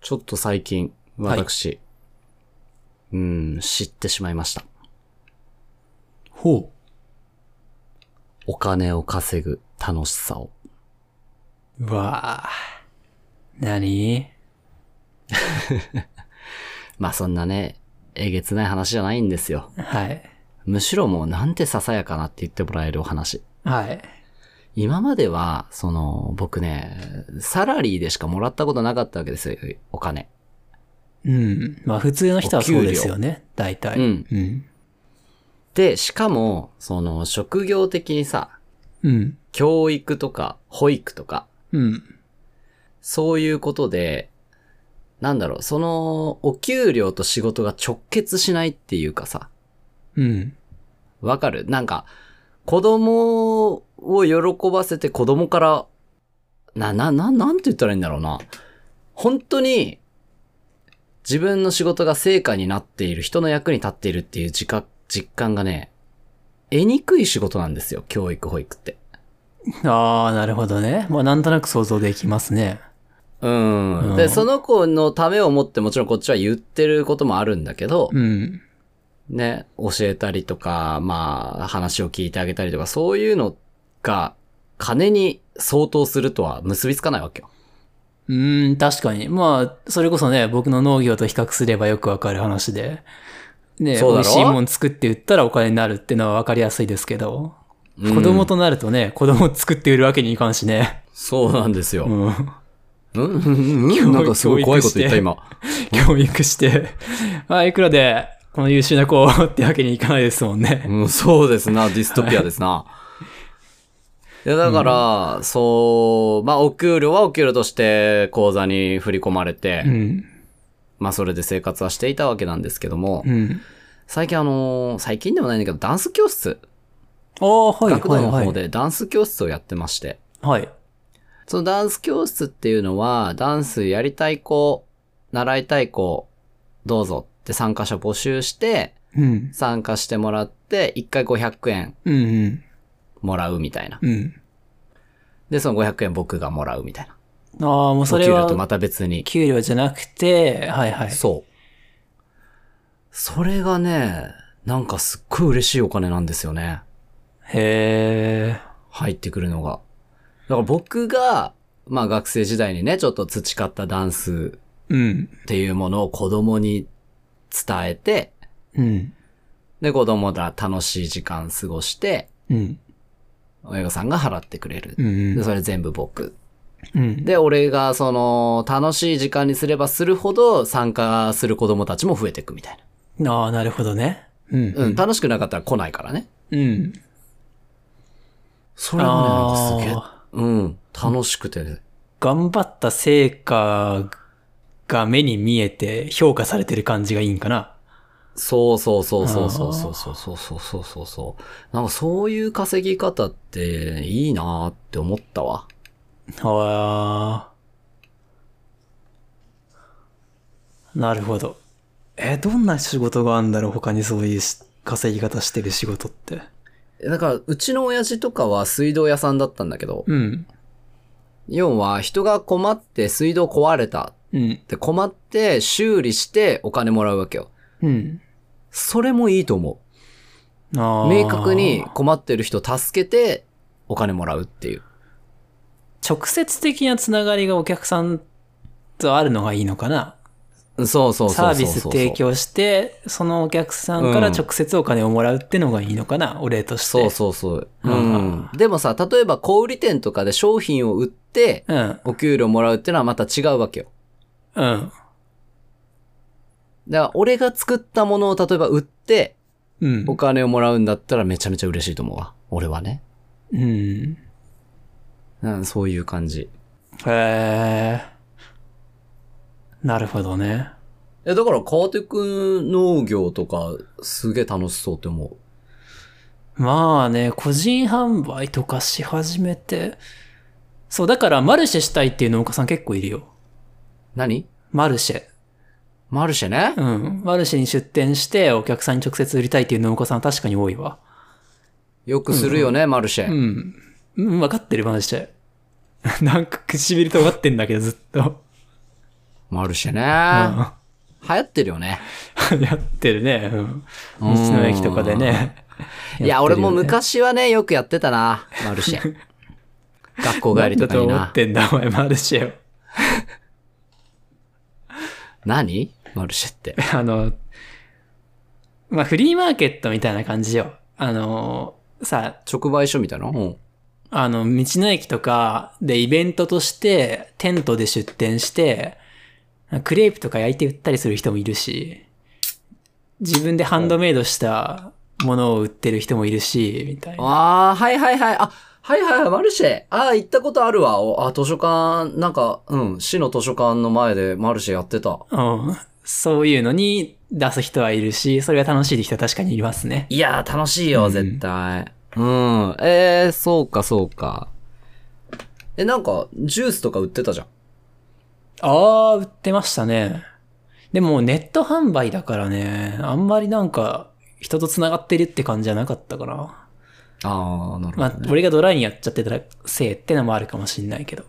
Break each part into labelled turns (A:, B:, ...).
A: ちょっと最近、
B: はい
A: 私、うーん、知ってしまいました。
B: ほ
A: お金を稼ぐ楽しさを。
B: う。うわぁ。なに
A: まあそんなね、えげつない話じゃないんですよ。
B: はい。
A: むしろもうなんてささやかなって言ってもらえるお話。
B: はい。
A: 今までは、その、僕ね、サラリーでしかもらったことなかったわけですよ、お金。
B: うん。まあ普通の人はそうですよね。大体。
A: うん
B: うん。
A: で、しかも、その、職業的にさ、
B: うん。
A: 教育とか、保育とか、
B: うん。
A: そういうことで、なんだろう、その、お給料と仕事が直結しないっていうかさ、
B: うん。
A: わかるなんか、子供を喜ばせて子供から、な、な、な、なんて言ったらいいんだろうな。本当に、自分の仕事が成果になっている、人の役に立っているっていう自覚、実感がね、得にくい仕事なんですよ、教育、保育って。
B: ああ、なるほどね。まあなんとなく想像できますね。
A: うん。
B: うん
A: で、その子のためを思ってもちろんこっちは言ってることもあるんだけど、
B: うん。
A: ね、教えたりとか、まあ、話を聞いてあげたりとか、そういうのが、金に相当するとは結びつかないわけよ。
B: うーん、確かに。まあ、それこそね、僕の農業と比較すればよくわかる話で。ね、
A: そう
B: 美
A: だろ
B: 味しいもん作って売ったらお金になるってのはわかりやすいですけど、子供
A: うん
B: となるとね、子供作って売るわけにいかんしね。
A: そうなんですよ。う
B: うん。
A: ん、うん、う
B: 教育
A: ん、なんかすごい怖いこと言った
B: 教育して
A: 今。
B: 教育して、あ、いくらで、この優秀な子をってわけにいかないですもんね。
A: うん、そうですな、ディストピアですな。いや、だから、そう、まあ、お給料はお給料として口座に振り込まれて、
B: うん。
A: まあ、それで生活はしていたわけなんですけども、
B: うん。
A: 最近あのー最近でもないんだけど、ダンス教室、
B: ああ、はい、
A: 学
B: は
A: 童
B: い、
A: の
B: は
A: 方
B: い。
A: でダンス教室をやってまして、
B: はい。
A: そのダンス教室っていうのは、ダンスやりたい子、習いたい子、どうぞって参加者募集して、
B: うん。
A: 参加してもらって、1回500円
B: うん、うん。
A: もらうみたいな。
B: うん。
A: で、その500円僕がもらうみたいな。
B: ああ、もうそ
A: お給
B: れ
A: 料と
B: は、
A: また別に。
B: 給料じゃなくて、はい、はい。
A: そう。それがね、なんかすっごい嬉しいお金なんですよね。
B: へえ。
A: 入ってくるのが。だから僕が、まあ学生時代にね、ちょっと培ったダンス
B: うん。
A: っていうものを子供に伝えて、
B: うん。
A: で、子供ら楽しい時間過ごして、
B: うん。
A: 親御さんが払ってくれる
B: う。
A: で、
B: ん。
A: それ全部僕。
B: うん。
A: で、俺がその、楽しい時間にすればするほど参加する子供たちも増えていくみたい
B: ああ、なるほどね。うん。
A: な。うん、楽しくなかったら来ないからね。
B: うん。
A: それがね、なんか
B: あ
A: すげえ、
B: あ、
A: うん、楽しくて、ね、
B: 頑張った成果が目に見えて評価されてる感じがいいんかな。
A: そうそうそうそうそうそうそうそうそうそうそうそう。なんかそういう稼ぎ方っていいなーって思ったわ。
B: ああ。なるほど。え、どんな仕事があるんだろう他にそういうし稼ぎ方してる仕事って。
A: だから、うちの親父とかは水道屋さんだったんだけど、
B: うん。
A: 要は人が困って水道壊れた
B: うん。
A: で、困って修理してお金もらうわけよ。
B: うん。
A: それもいいと思
B: あ
A: う。
B: あ。
A: 明確に困ってる人助けてお金もらうっていう。
B: 直接的なつながりがお客さんとあるのがいいのかな
A: そうそうそうそうそう。
B: サービス提。供して、そのお客さんから直接お金をもらうってのがいいのかな、お礼として。
A: そうそうそう。う
B: うん
A: ん。でもさ、例えば小売店とかで商品を売って
B: う。うん。
A: お給料もらうっていうのはまた違うわけよ。
B: うん。
A: だから俺が作ったものを例えば売って
B: うん
A: お。金をもらうんだったらめちゃめちゃ嬉しいと思うわ。俺はね。
B: うん。
A: うん、そういう感じ。
B: へえ。なるほどね。
A: え、だから川手くん農業とかすげえ楽しそうって思う。
B: まあね、個人販売とかし始めて。そう、だからマルシェしたいっていう農家さん結構いるよ。
A: 何
B: マルシェ。
A: マルシェね。
B: うん。マルシェに出店してお客さんに直接売りたいっていう農家さんは確かに多いわ。
A: よくするよね、マルシェ。
B: うん。うん、 分かってる、マジで。なんか唇とがってんだけど、ずっと。
A: マルシェね。
B: う
A: 流行ってるよ ね。
B: ん やってるね。うん道の駅とかでね。
A: いや、俺も
B: やってるよね
A: 昔はね、よくやってたな、マルシ ェ。学校帰りとかに
B: なんだ思
A: な
B: っ。てんだ、お前、マルシェを。
A: 何マルシェって。
B: あの、まあ、フリーマーケットみたいな感じよ。あの、さ、
A: 直売所みたいなうん。
B: あの、道の駅とかでイベントとして、テントで出店して、クレープとか焼いて売ったりする人もいるし、自分でハンドメイドしたものを売ってる人もいるし、みたいな。
A: ああ、はいはいはい。あ、はいはいはい、マルシェ。ああ、行ったことあるわ。おあ、図書館、なんか、うん、市の図書館の前でマルシェやってた。
B: うん。そういうのに出す人はいるし、それが楽しいって人は確かにいますね。
A: いやー、楽しいよ、
B: うん
A: 絶対。うん。えー、そうか、そうか。え、なんか、ジュースとか売ってたじゃん。
B: ああ、売ってましたね。でもネット販売だからね、あんまりなんか人と繋がってるって感じじゃなかったから。
A: ああ、なる
B: ま
A: ほ
B: あ
A: ど、ね。、
B: 俺がドライにやっちゃってたせいってのもあるかもしんないけど。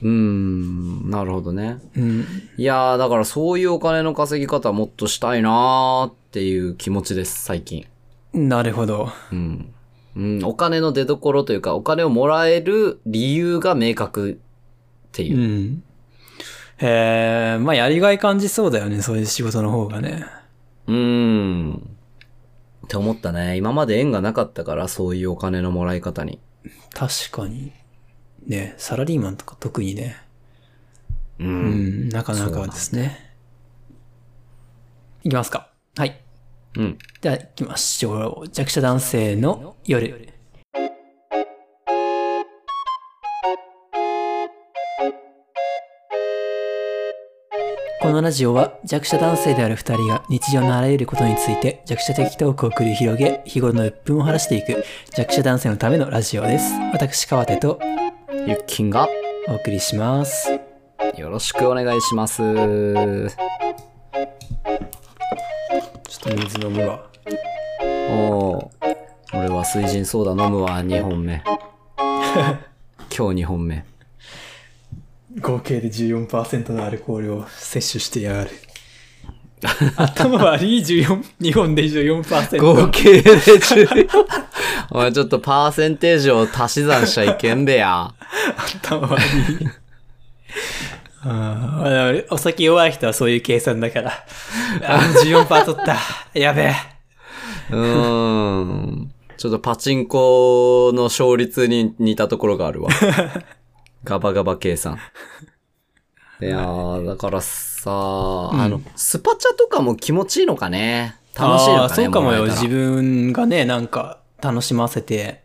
A: うーん、なるほどね。
B: うん。
A: いやー、だからそういうお金の稼ぎ方もっとしたいなーっていう気持ちです、最近。
B: なるほど。
A: うん。うん、お金の出所というか、お金をもらえる理由が明確っていうう。
B: ん。へえ、まあやりがい感じそうだよね、そういう仕事の方がね。
A: うーん。って思ったね。今まで縁がなかったから、そういうお金のもらい方に。
B: 確かに。ね、サラリーマンとか特にね。
A: う。
B: うんん、なかなかですね。いきますか。はい。
A: うん。
B: では行きましょう。弱者男性の夜。このラジオは弱者男性である二人が日常のあらゆることについて弱者的トークを繰り広げ日頃の鬱憤を晴らしていく弱者男性のためのラジオです。私川手と
A: ゆっきんが、
B: お送りします。
A: よろしくお願いします。お
B: ちょっと水飲むわ。
A: ー俺は水人ソーダ飲むわ、2本 目。今日2本目。
B: 合計で14%のアルコールを摂取してや がる頭悪い14日本で
A: 合
B: 14%
A: 計で10 お前ちょっとパーセンテージを足し算しちゃいけんべや。
B: 頭悪い あーお酒弱い人はそういう計算 だからあー14%取ったやべえ
A: うーん。ちょっとパチンコの勝率に似たところがあ るわ。ガバガバ計算。いやー、だからさ、あの、スパチャとかも気持ちいいのかね。楽しいのかね
B: あ。ーそうかもよ
A: らえたら
B: 自分がねなんか楽しませて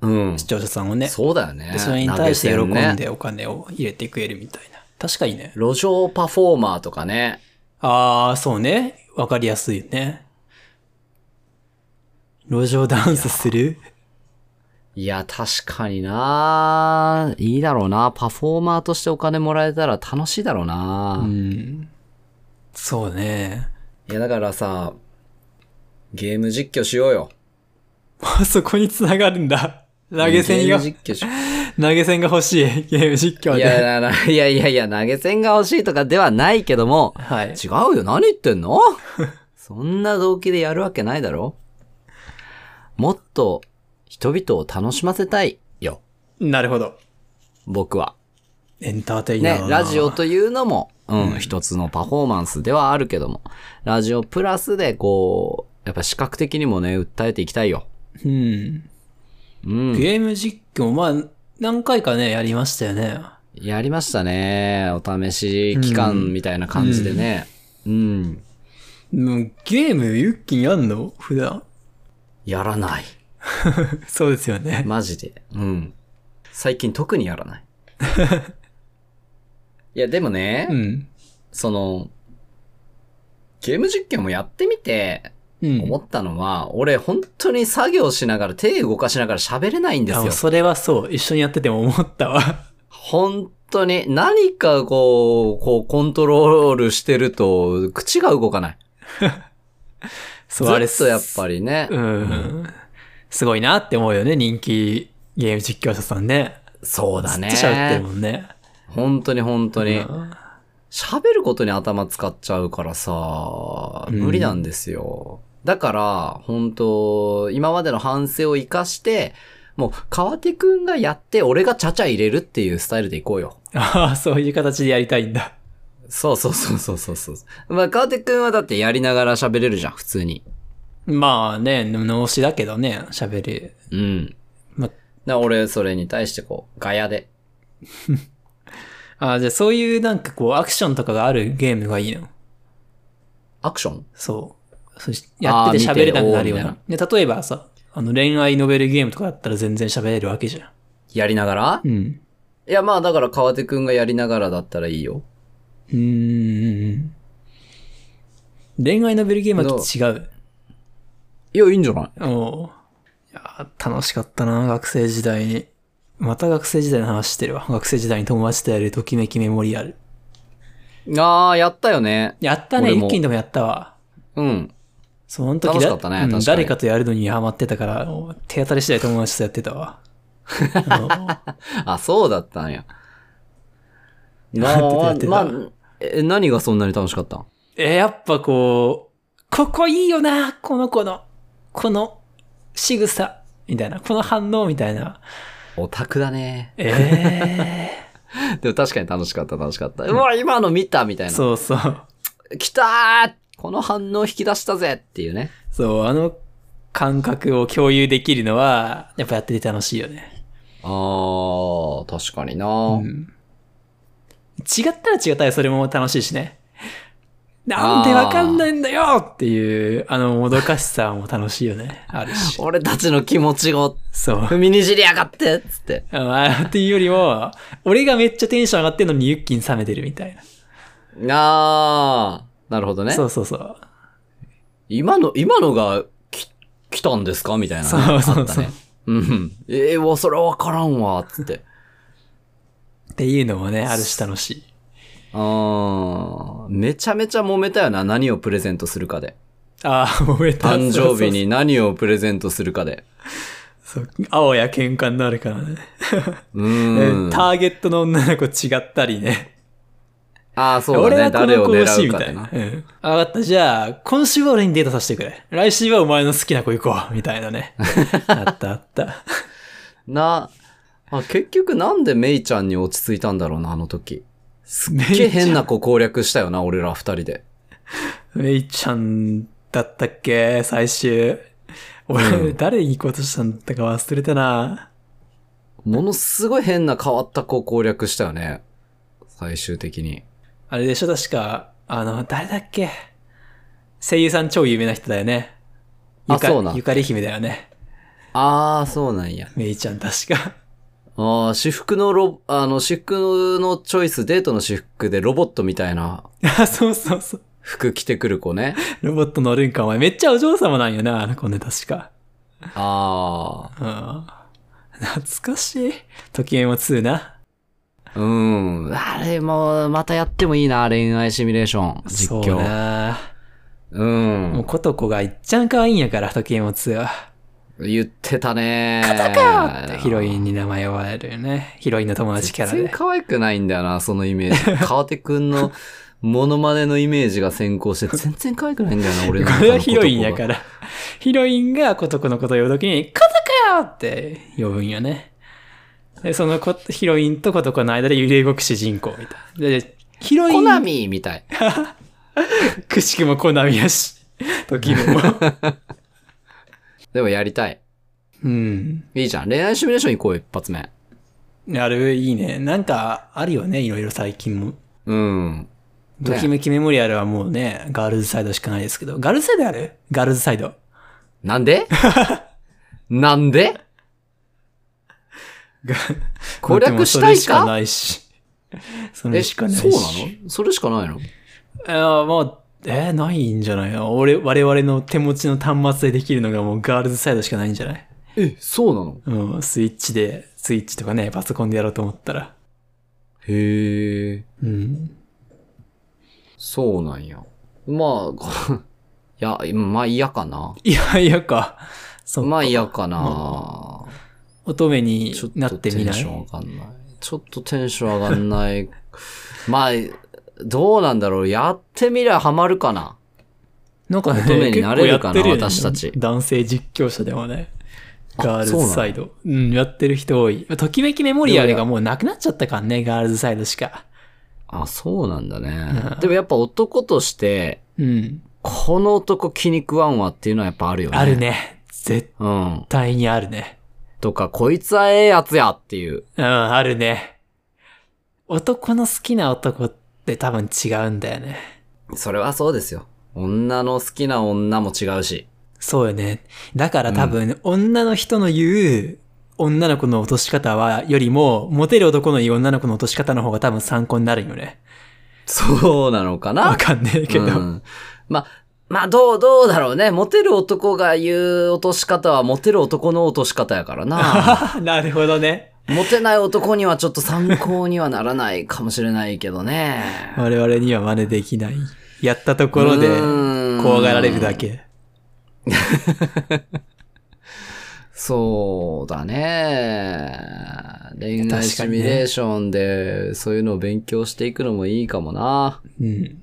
A: うん。
B: 視聴者さんをね
A: そうだよね。
B: でそれに対して喜
A: 投げ銭
B: ん
A: ね。
B: でお金を入れてくれるみたいな確かにね
A: 路上パフォーマーとかね。
B: ああ、そうね。わかりやすいね。路上ダンスする
A: いや、確かにないいだろうな。パフォーマーとしてお金もらえたら楽しいだろうな。
B: うん。そうね。
A: いや、だからさ、ゲーム実況しようよ。
B: あそこに繋がるんだ。投げ
A: ゲ
B: 銭
A: ー
B: が
A: ム、実況し
B: 投げ銭が欲しい。ゲーム実況
A: い
B: で。
A: やいやいやいやいや、投げ銭が欲しいとかではないけども、
B: はい。
A: 違うよ、何言ってん のそんな動機でやるわけないだろもっと人々を楽しませたいよ、
B: なるほど。
A: 僕は。
B: エンターテイナー
A: ね
B: だ、な。
A: ラジオというのも、うん、一つのパフォーマンスではあるけども、ラジオプラスでこう、やっぱ視覚的にもね、訴えていきたいよ。
B: うん。
A: うん。
B: ゲーム実況、まあ、何回かね、やりましたよね。
A: やりましたね。お試し期間みたいな感じでね。うん。
B: もうゲーム、ユッキンやんの普段。
A: やらない。
B: そうですよね。
A: マジで。うん。最近特にやら ない。いや、でもね、
B: うん。
A: その、ゲーム実況もやってみて
B: うん。
A: 思ったのは、俺本当に作業しながら手動かしながら喋れないんです
B: あ
A: よ。
B: それはそう。一緒にやってても思ったわ。
A: 本当に何かこう、こうコントロールしてると口が動かない。ず
B: そう、あれ
A: っとやっぱりね。
B: うん。すごいなって思うよね、人気ゲーム実況者さんね。
A: そうだね。
B: ずっと喋ってるもんね。
A: 本当に本当に。
B: うん
A: 喋ることに頭使っちゃうからさ、
B: うん
A: 無理なんですよ。だから、本当今までの反省を活かして、もう、川手くんがやって、俺がちゃちゃ入れるっていうスタイルでいこうよ。
B: ああ、そういう形でやりたいんだ。
A: そうそうそうそうそうそう。まあ、川手くんはだってやりながら喋れるじゃん、普通に。
B: まあね、脳死だけどね、喋る。
A: うん。
B: ま
A: だ俺、それに対してこう、ガヤで。
B: ああ、じゃあそういうなんかこう、アクションとかがあるゲームがいいの。
A: アクション
B: そう。そうしやってて喋れなくなるよう
A: あー
B: な。で、例えばさ、あの恋愛ノベルゲームとかだったら全然喋れるわけじゃ
A: やりながら
B: ん。うん。
A: いや、まあ、だから川手くんがやりながらだったらいいよ。
B: うーん。恋愛ノベルゲームはちょっと違う。
A: いや、いいんじゃない
B: おういやー楽しかったな、学生時代に。また学生時代の話してるわ。学生時代に友達とやるときめきメモリアル。
A: あー、やったよね。
B: やったね、
A: 俺も
B: 一気にでもやったわ。
A: うん。
B: その時
A: 楽しかったね
B: う
A: 確
B: ん
A: かに
B: 誰かとやるのにハマってたから、もう手当たり次第友達とやって たわ。あ
A: あ、そうだったんや。
B: やってたや
A: ま
B: っ
A: あ、
B: てた
A: まあ、え、何がそんなに楽しかったん
B: え、やっぱこう、ここいいよな、この子の、この仕草、みたいな、この反応みたいな。
A: オタクだね。
B: え
A: でも確かに楽しかった、楽しかった。うわ、今の見たみたい
B: え
A: な。
B: そうそう。
A: 来たーこの反応引き出したぜっていうね。
B: そう、あの感覚を共有できるのは、やっぱやってて楽しいよね。
A: あー、確かにな、
B: うん。違ったら違ったらそれも楽しいしね。なんでわかんないんだよっていう、あの、もどかしさも楽しいよね。あるし。
A: 俺たちの気持ちを
B: そう。
A: 踏みにじりやがってつって。
B: まあ、っていうよりも、俺がめっちゃテンション上がってんのにユッキン冷めてるみたいな。
A: あー、なるほどね。
B: そうそうそう。
A: 今の、今のがき来たんですかみたいなね、
B: そうそうそう
A: あったね。うん。えー、わ、それわからんわ、つって。
B: っていうのもね、あるし楽しい。
A: あーめちゃめちゃ揉めたよな、何をプレゼントするかで。
B: ああ、揉めた。
A: 誕生日に何をプレゼントするかで。
B: そう。そうあわや喧嘩になるからね。
A: う ーん。
B: ターゲットの女の子違ったりね。
A: ああ、そうだね。誰を
B: 欲し
A: 狙う
B: いみ
A: か
B: た
A: で
B: いな。
A: な。
B: うん。分かった。じゃあ、今週は俺にデータさせてくれ。来週はお前の好きな子行こう。みたい なね。あったあった。
A: な、あ結局なんでメイちゃんに落ち着いたんだろうな、あの時。
B: すげ
A: すっげえ変な子攻略したよな、俺ら二人で。
B: めいちゃんだったっけ最終。俺、誰に行こうとしたんだったか忘れたな。
A: ものすごい変な変わった子攻略したよね。最終的に。
B: あれでしょ確か、あの、誰だっけ声優さん超有名な人だよね。
A: あ
B: ゆか
A: そうなん
B: ゆかり姫だよね。
A: ああ、そうなんや。
B: めいちゃん確か。
A: ああ、私服のロ、あの、私服のチョイス、デートの私服でロボットみたいな
B: あ、そうそうそう。
A: 服着てくる子 ね。
B: ロボット乗るんか、お前。めっちゃお嬢様なんよな、あの子ね、確か。
A: あ
B: うん。懐かしい。ときめも2な。
A: あ、うん。あれも、またやってもいいな、恋愛シミュレーション、実
B: そう
A: 況。
B: な。
A: う。
B: もうんことこがいっちゃん可愛いんやから、ときめも2は。
A: 言ってたね。
B: ヒロインに名前を呼ばれるよね。ヒロインの友達キャラ
A: 全然
B: で。
A: 可愛くないんだよな、そのイメー ジ。川手くんのモノマネのイメージが先行 して、全然可愛くないんだよな、俺の中の
B: これはヒロインや
A: ら。
B: から。ヒロインがコトコのことを呼ぶときに、コトコよって呼ぶんよね。で、そのコヒロインとコトコの間で揺れ動く主人公みたいな。で、ヒロイ
A: コナ
B: ン、
A: ミみたい。
B: くしくもコナミやし、ときめも。
A: でもやりたい。
B: うん。
A: いいじゃん。恋愛シミュレーション行こうよ、一発目。
B: あれ、いいね。なんか、あるよね、いろいろ最近も。
A: うん。
B: ときめきメモリアルはもうね、ガールズサイドしかないですけど。ガールズサイドあるガールズサイド。
A: なん でなんで
B: が
A: 攻略したいか
B: でもそれしかないし。それしかないし。
A: そうなのそれしかないの
B: のまあ、えーないんじゃないの俺、我々の手持ちの端末でできるのがもうガールズサイドしかないんじゃない
A: え、そうなの
B: うん、スイッチで、スイッチとかね、パソコンでやろうと思ったら。
A: へえ、
B: うん。
A: そうなんや。まあ、 いや、まあ嫌かな。
B: いや、いやか。そう。
A: まあ嫌かな。
B: 乙女に
A: ちょっ
B: な
A: と
B: って
A: テ
B: みな
A: ンション 上
B: い
A: がんない。ちょっとテンション上がんない。まあ、どうなんだろうやってみりゃハマるかな
B: なんかね、
A: 乙女に
B: 結
A: な
B: 構
A: れ
B: や
A: る
B: っ
A: かな
B: てるよね
A: 私たち
B: 男性実況者でもね。
A: あ
B: ガールズサイド。うん、やってる人多い。ときめきメモリアルがもうなくなっちゃったからね、ガールズサイドしか。
A: あ、そうなんだ
B: う
A: ね
B: ん。
A: でもやっぱ男として、
B: うん。
A: この男気に食わんわっていうのはやっぱあるよね。
B: ある。ね。絶
A: うん。
B: 対にあるね。
A: とか、こいつはええやつやっていう。
B: うん、あるね。男の好きな男って多分違うんだよね。
A: それはそうですよ。女の好きな女も違うし。
B: そうよね。だから多分、女の人の言う女の子の落とし方は、よりも、モテる男の言う女の子の落とし方の方が多分参考になるよね。
A: そうなのかな
B: わかんねえけど。
A: うんまあ、まあ、どう、どうだろうね。モテる男が言う落とし方は、モテる男の落とし方やからな。
B: なるほどね。
A: モテない男にはちょっと参考にはならないかもしれないけどね。
B: 我々には真似できない。やったところで
A: う、ーん
B: 怖がられるだ。け。
A: そうだね。恋愛シミュレーションで、そういうのを勉強していくのもいいかもな。
B: うん。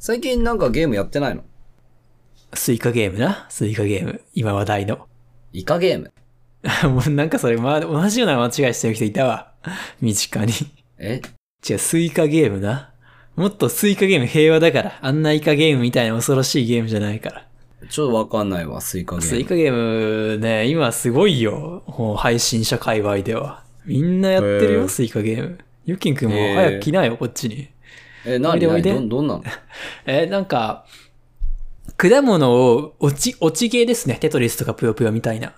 A: 最近なんかゲームやってないの
B: スイカゲームな。スイカゲーム。今話題の。
A: イカゲーム。
B: もうなんかそれ、ま、同じような間違いしてる人いたわ。身近に。
A: え
B: 違う、スイカゲームな。もっとスイカゲーム平和だから。あんなイカゲームみたいな恐ろしいゲームじゃないから。
A: ちょっとわかんないわ、スイカゲーム。
B: スイカゲームね、今すごいよ。もう配信者界隈では。みんなやってる
A: へ
B: よ、
A: ー
B: スイカゲーム。ゆきんくんも
A: へー
B: 早く来なよ、こっちに。
A: え、な
B: おい
A: に
B: でおいで
A: どん、どんなの
B: えーなんか、果物を落ち、落ちゲーですね。テトリスとかぷよぷよみたいな。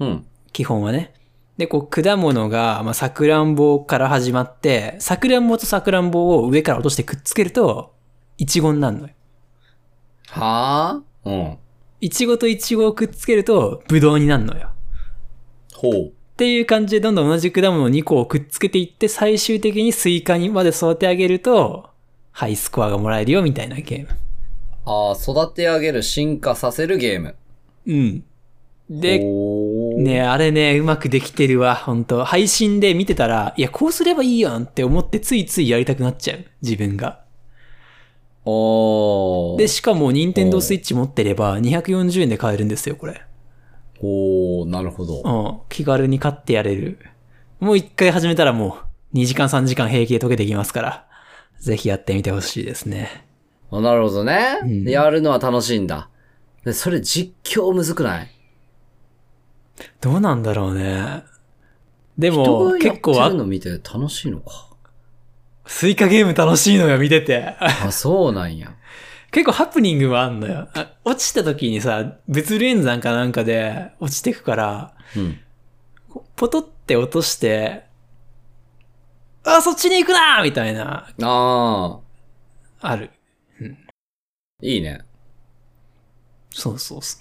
A: うん。
B: 基本はね。で、こう、果物が、まあ、さくらんぼから始まって、さくらんぼとさくらんぼを上から落としてくっつけると、いちごになるのよ。
A: はぁうん。
B: いちごといちごをくっつけると、ぶどうになるのよ。
A: ほう。
B: っていう感じで、どんどん同じ果物2個をくっつけていって、最終的にスイカにまで育て上げると、ハイスコアがもらえるよ、みたいなゲーム。
A: ああ、育て上げる、進化させるゲーム。
B: うん。で、
A: ほう
B: ねあれね、うまくできてるわ、本当配信で見てたら、いや、こうすればいいやんって思って、ついついやりたくなっちゃう、自分が。
A: おー
B: で、しかも、任天堂スイッチ持ってれば、240円で買えるんですよ、これ。
A: おーなるほど
B: う。ん。気軽に買ってやれる。もう一回始めたらもう、2時間3時間平気で解けていきますから、ぜひやってみてほしいですね。
A: あなるほどね、
B: うん
A: やるのは楽しいんだ。で、それ実況むずくない
B: どうなんだろうね。で
A: 人
B: も、
A: がやっ
B: 結構
A: て
B: あ
A: る、の見て楽しいのか。
B: スイカゲーム楽しいのよ、見てて。
A: あ、そうなん や。
B: 結構ハプニングもあんのよ。あ落ちた時にさ、物理演算かなんかで落ちてくから、
A: うん。
B: こポトって落として、あ、そっちに行くなみたいな、
A: ああ、
B: ある。
A: いいね。
B: そうそうそ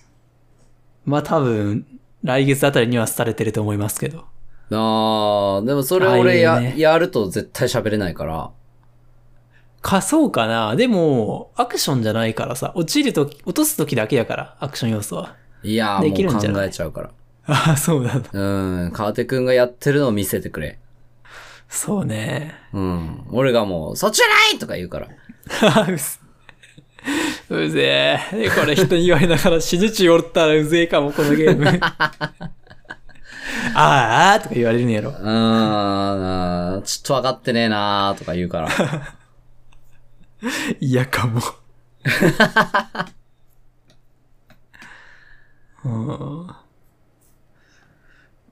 B: う。まあ多分、来月あたりには廃れてると思いますけど。
A: ああ、でもそれ
B: あ
A: 俺や、
B: いいね
A: やると絶対喋れないから。
B: か、そうかなでも、アクションじゃないからさ、落ちるとき、落とすときだけだから、アクション要素は。
A: いやー
B: できる
A: も
B: んじゃ
A: う
B: ない
A: 考えちゃうから。
B: ああ、そうなんだ。
A: うん、川手くんがやってるのを見せてくれ。
B: そうね。
A: うん。俺がもう、そっちじゃないとか言うから。
B: うす うぜえ。これ人に言われながら死ぬちおったらうぜえかも、このゲ ーム。あーあーとか言われるんやろ。
A: うーん、ちょっと分かってねえなーとか言うから。
B: 嫌かも。 うん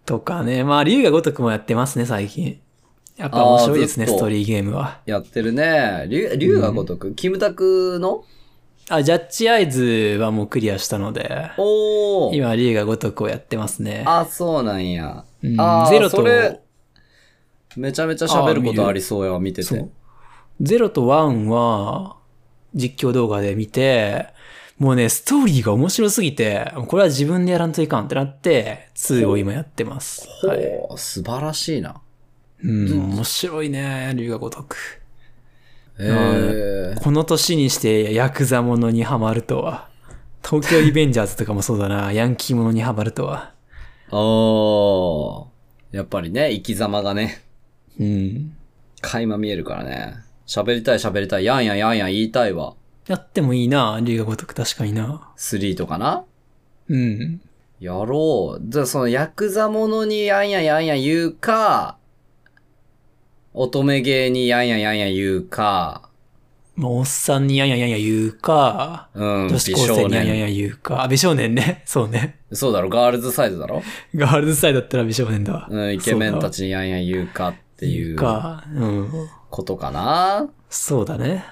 B: とかね。まあ、竜が如くもやってますね、最近。やっぱ面白いです
A: あ
B: ね、
A: ーずっ
B: ス
A: と
B: トーリーゲームは。
A: やってるね。竜竜が如く、キムタクの
B: あ、ジャッジアイズはもうクリアしたので、
A: おー。
B: 今、竜が如くをやってますね。
A: あ、そうなんや。
B: うん
A: あー
B: ゼロと
A: それめちゃめちゃ喋ることありそうや、見て
B: そ
A: て
B: う。。0と1は実況動画で見て、もうね、ストーリーが面白すぎて、これは自分でやらんといかんってなって、2を今やってます。
A: ほ
B: はい。
A: う、素晴らしいな。
B: うん、面白いね、龍が如く。
A: えー、
B: この年にしてヤクザものにハマるとは。東京リベンジャーズとかもそう だな、ヤンキーものにハマるとは。
A: おー。やっぱりね、生き様がね。
B: うん。
A: 垣間見えるからね。喋りたい喋りたい。やんやんやんやん言いたいわ。
B: やってもいいな、竜が如く確かにな。
A: 3とかな
B: うん。
A: やろう。じゃあそのヤクザものにやんやんやんやん言うか、乙女芸にやんやんやんやん言うか、
B: まあ、おっさんにやんやんやんや言うか、
A: うん、
B: 女子高生
A: 美
B: にやんやんやん言うか、あ、美少年ね。 そうね。
A: そうだろ、ガールズサイズだろ
B: ガールズサイドだったら美少年だわ。
A: うん、イケメンた
B: っ
A: ちにやんやん言うかって
B: て
A: いう
B: か、うん。
A: ことかな
B: そうだね。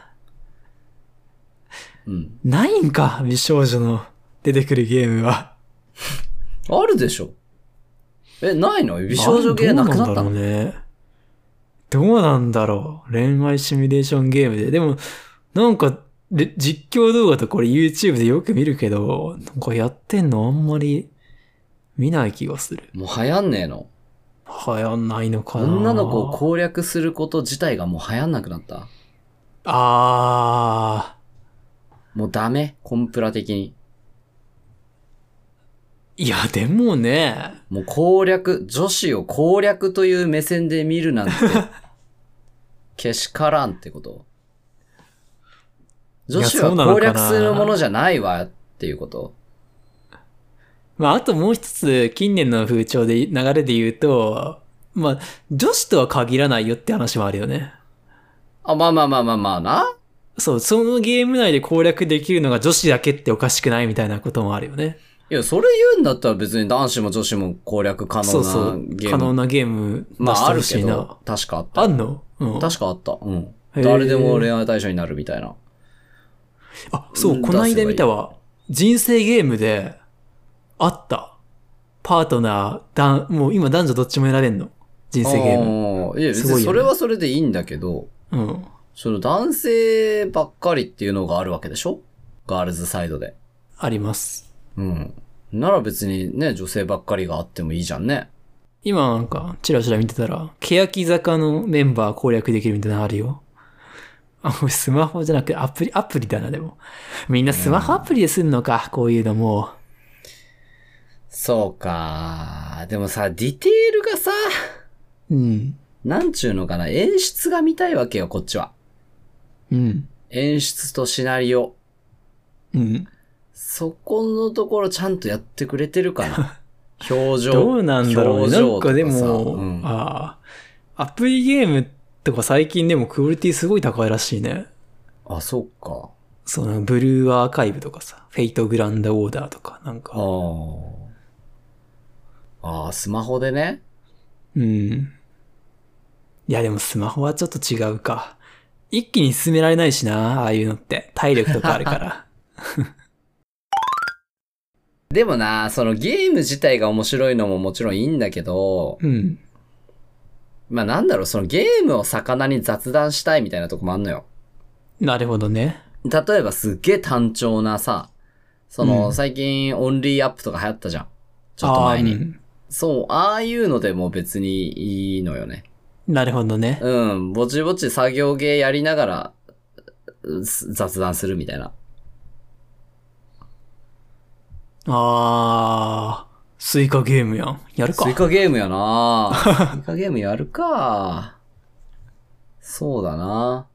A: うん。
B: ないんか、美少女の出てくるゲームは。
A: あるでしょ。え、ないの美少女芸なくなった
B: どう
A: の
B: んだろうね。どうなんだろう。恋愛シミュレーションゲームで。でも、なんか、れ実況動画とこれ YouTube でよく見るけど、なんかやってんのあんまり見ない気がする。
A: もう流行んねえの
B: 流行んないのかな。
A: 女の子を攻略すること自体がもう流行んなくなった。
B: あ
A: もうダメコンプラ的に。
B: ー。いや、でもね、
A: もう攻略、女子を攻略という目線で見るなん て、けしからんってこと。
B: いや
A: 女子
B: そ
A: は
B: うなの
A: 攻
B: かな
A: 略するものじゃないわっていうこと。
B: まあ、あともう一つ、近年の風潮で、流れで言うと、まあ、女子とは限らないよって話もあるよね。
A: あ、まあまあまあまあまあな。
B: そう、そのゲーム内で攻略できるのが女子だけっておかしくないみたいなこともあるよね。
A: いや、それ言うんだったら別に男子も女子も攻略可能な
B: そうそう。
A: ゲーム。
B: 可能なゲーム出
A: ま
B: し
A: あ
B: て
A: あ
B: ほ
A: る
B: し
A: け
B: いな。
A: ど、確かあった
B: あ。んのうん。
A: 確かあった。うん。
B: へー
A: 誰でも恋愛対象になるみたいな。
B: あ、そうう、
A: ん
B: こないだ見たわ。人生ゲームで、あった。パートナー、だん、もう今男女どっちも選べんの。人生ゲーム。
A: ム。いや、別
B: すごいよ
A: に
B: ね
A: それはそれでいいんだけど、
B: うん。
A: その男性ばっかりっていうのがあるわけでしょガールズサイドで。
B: あります。
A: うん。なら別にね、女性ばっかりがあってもいいじゃんね。
B: 今なんか、チラチラ見てたら、欅坂のメンバー攻略できるみたいなのあるよ。あ、これスマホじゃなくてアプリ、アプリだな、でも。みんなスマホアプリですんのか、こういうのも
A: そうか。でもさ、ディテールがさ、
B: う。うん。
A: なんちゅうのかな、演出が見たいわけよ、こっちは。
B: うん。
A: 演出とシナリオ。
B: うん。
A: そこのところちゃんとやってくれてるか な。表情。
B: どうなんだろう
A: 表
B: ね。な
A: 情と
B: ん
A: か
B: か
A: さ
B: でも、
A: うん
B: ああ、アプリゲームとか最近でもクオリティすごい高いらしいね。
A: あ、そっか。
B: その、ブルーアーカイブとかさ、フェイトグランドオーダーとか、なん
A: あ
B: か。
A: ーあー。スマホでね。
B: うん。いや、でもスマホはちょっと違うか。一気に進められないしな、ああいうのって。体力とかあ るから。
A: でもな、そのゲーム自体が面白いのももちろんいいんだけど、
B: うん。
A: まあなんだろう、そのゲームを魚に雑談したいみたいなとこもあんのよ。
B: なるほどね。
A: 例えばすっげえ単調なさ、そうの
B: ん
A: 最近オンリーアップとか流行ったじゃん。ちょっと前
B: あーう
A: に。
B: ん
A: そう、ああいうのでも別にいいのよね。
B: なるほどね。
A: うん、ぼちぼち作業ゲーやりながらう雑談するみたいな。
B: あー、スイカゲームやん。やるか
A: スイ。カゲームやな スイカゲームやるかそうだな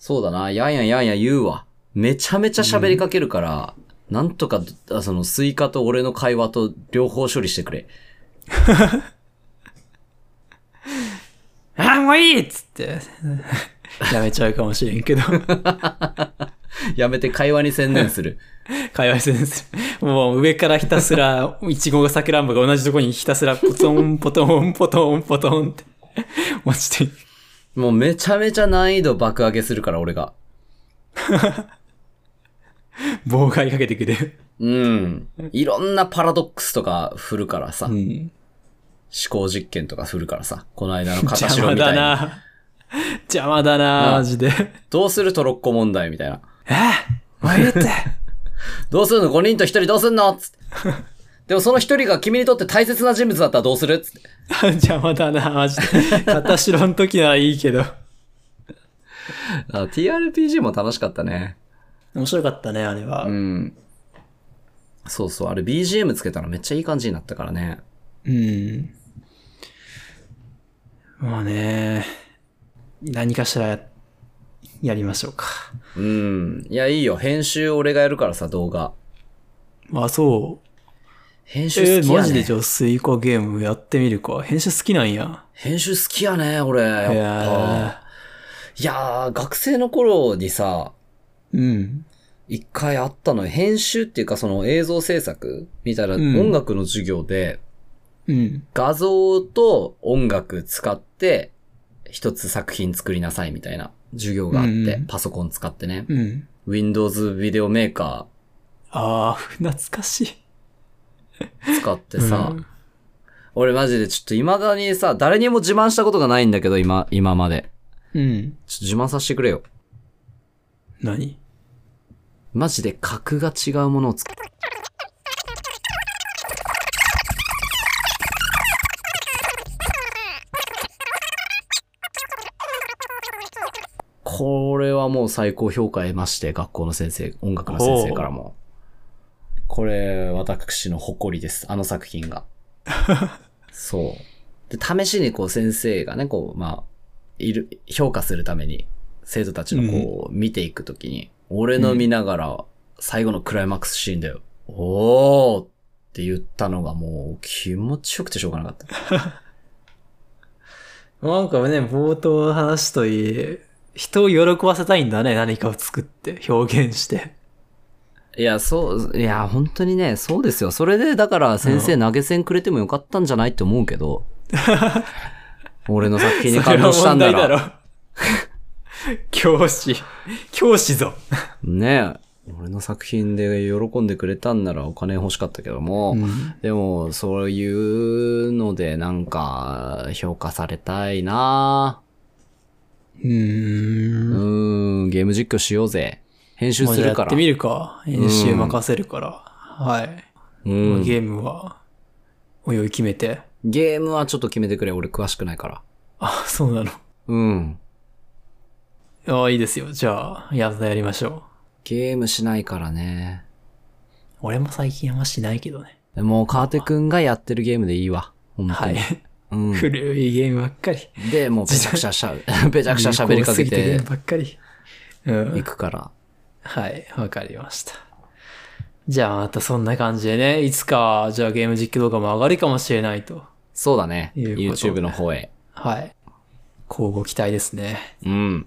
A: そうだなやんやんやんや言うわ。めちゃめちゃ喋りかけるから、なんとか、あその、スイカと俺の会話と両方処理してくれ。
B: あー、もういいっつって。 やめちゃうかもしれんけど。
A: やめて会話に専念 する。
B: 会話先生。もう上からひたすら、いちごがさくらんぼが同じとこにひたすらポトンポトンポトンポトンって落ちていく。
A: もうめちゃめちゃ難易度爆上げするから、俺が。
B: 妨害かけてくれる。
A: うん。いろんなパラドックスとか振るからさ。
B: う
A: 思
B: ん。
A: 考実験とか振るからさ。この間の片
B: 邪
A: 白
B: 魔
A: みた
B: だ
A: いな。
B: な。邪魔だな、マジで。
A: どうするトロッコ問題みたいな。
B: え迷って。
A: どうするの ?5 人と1人どうすんのつって。でもその1人が君にとって大切な人物だったらどうするつって。
B: 邪魔だな、マジで。片白の時ならいいけど。
A: あ、TRPG も楽しかったね。
B: 面白かったね、あれは
A: う。ん。そうそう、あれ BGM つけたらめっちゃいい感じになったからね。
B: うん。まあね、何かしらややりましょうか。
A: うん。いや、いいよ。編集俺がやるからさ、動画。
B: まあそう。
A: 編集
B: え
A: 好き
B: ー、
A: や
B: マジで
A: ね
B: じ。ゃあスイカゲームやってみるか。編集好きなんや。
A: 編集好きやね、俺。
B: い
A: やっぱ
B: や。
A: いやー、学生の頃にさ、
B: ーうん。
A: 一回あったのよ編集っていうかその映像制作みたいな
B: うん
A: 音楽の授業で、
B: うん。
A: 画像と音楽使って、一つ作品作りなさいみたいな授業があって、
B: うんうん
A: パソコン使ってね。
B: うん。
A: Windows ビデオメーカ
B: ああ、懐かしい。
A: ー使ってさ、
B: うん
A: 俺マジでちょっと未だにさ、誰にも自慢したことがないんだけど、今、今まで。
B: うん。
A: ちょっと自慢させてくれよ。
B: 何
A: マジで格が違うものを作る。これはもう最高評価得まして、学校の先生、音楽の先生からも。これ、私の誇りです。あの作品が。そう。で、試しにこう先生がね、こう、まあ、いる、評価するために、生徒たちのこう、見ていくときに、俺の見ながら、最後のクライマックスシーンだよ。おーって言ったのがもう気持ちよくてしょうがなかった。
B: なんかね、冒頭の話といい、人を喜ばせたいんだね、何かを作って、表現して。
A: いや、そう、いや、本当にね、そうですよ。それで、だから先生投げ銭くれてもよかったんじゃないって思うけ ど、俺の作品に感動したんだ
B: それは
A: ら。
B: 問題だろ 教師。教師ぞ。
A: ねえ、俺の作品で喜んでくれたんならお金欲しかったけども、でも、そういうので、なんか、評価されたいな
B: うー。
A: うんーん、ゲーム実況しようぜ。編集
B: まあ
A: す
B: じゃあ
A: る
B: や
A: か
B: っ
A: ら。
B: てみるか。
A: ん
B: 編集任せるから。はい。
A: うん、
B: ゲームは、おいおい決めて。
A: ゲームはちょっと決めてくれ。俺詳しくないから。
B: あ、そうな
A: うん。
B: の。あいいですよ。じゃあ、や、やりましょ
A: ゲームしないからね。
B: う。俺も最近あんましないけどね。
A: もう、川手くんがやってるゲームでいいわ。本当
B: はい
A: に。。うん。
B: 古いゲームばっかり。
A: で、もう、べちゃくちゃし ゃ、べちゃくちゃ喋りかけ
B: 有効すぎゲー
A: て
B: ムばっかり。う
A: い
B: ん。
A: くから。
B: はい、わかりました。じゃあ、またそんな感じでね、いつか、じゃあゲーム実況動画も上がるかもしれないと。
A: そうだね。
B: いうこと
A: YouTube の方へ。
B: はい。交互期待ですね。
A: うん。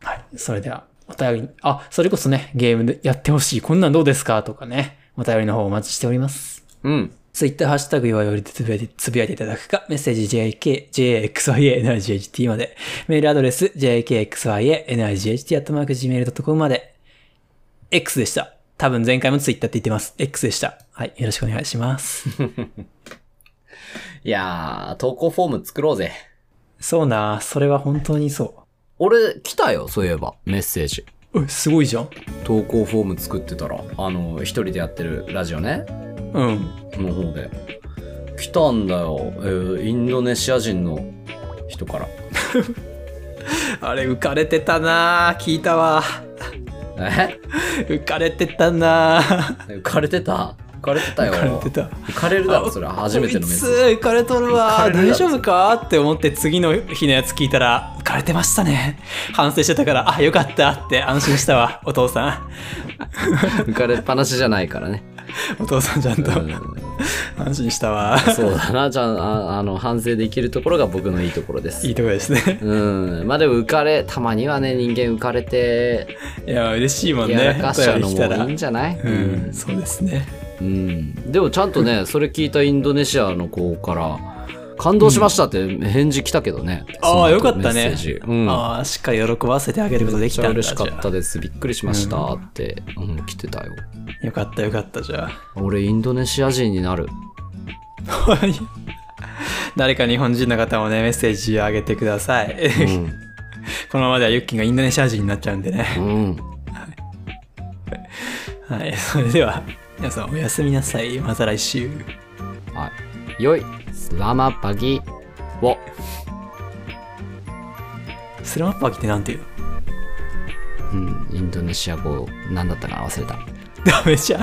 B: はい。それでは、お便りに、あ、それこそね、ゲームでやってほしい、こんなんどうですかとかね、お便りの方お待ちしております。
A: うん。
B: ツイッターハッシュタグ弱いよりでつぶやいて、つぶやいていただくか、メッセージ JK、JXYANIGHT まで、メールアドレス JKXYANIGHT.gmail.com まで、X でした。多分前回もツイッターって言ってます。X でした。はい、よろしくお願いします。
A: いやー、投稿フォーム作ろうぜ。
B: そうなそれは本当にそ
A: 俺、来たよ、そういえば、メッセージ。
B: う。え、すごいじゃん。
A: 投稿フォーム作ってたら、あの、一人でやってるラジオね、
B: うん。
A: の方で。来たんだよ、えーインドネシア人の人から。
B: あれ、浮かれてたな聞いたわ。
A: え
B: 浮かれてたな
A: 浮かれてた浮かれてた
B: 浮
A: よ。
B: かれてた。
A: 浮かれるだろ、それは初めてのメッセージ。
B: こいつ浮かれとるわ
A: 浮かれる
B: 大
A: やつ
B: 丈夫かって思って次の日のやつ聞いたら浮かれてましたね反省してたからあよかったって安心したわお父さ
A: 浮かれっぱなしじゃないからね。
B: んお父さんちゃんと
A: うん
B: 安心したわ
A: そうだな、じゃあ、ああの、反省できるところが僕のいいところです
B: い。いとこですね
A: うん。まあでも浮かれ、たまにはね、人間浮かれて、
B: いや嬉しいもんね
A: やらかしちゃうの
B: お
A: も
B: 便り来たら
A: いいんじゃない
B: うんそうですね
A: うん、でもちゃんとね、それ聞いたインドネシアの子から、感動しましたって返事来たけどね。
B: あ
A: その
B: あ
A: 後
B: よかった
A: メッ
B: ね
A: セージうん。
B: ああしっかり喜ばせてあげることできたんだ
A: めっちゃ嬉しか
B: じゃ
A: ったです。びっくりしましたって、うん、来てたよ。
B: あよかったよかったじゃあ
A: 俺、インドネシア人になる。
B: 誰か日本人の方もねメッセージあげてください、
A: う
B: このままではユッキーがインドネシア人になっちゃうんでね
A: ん。うん。
B: はい、 それでは皆さんおやすみなさい。また来週。
A: はい。よい、スラマパギを。
B: スラマッパーキってなんていうの
A: うん、インドネシア語、なんだったかな忘れた。
B: ダメじゃん。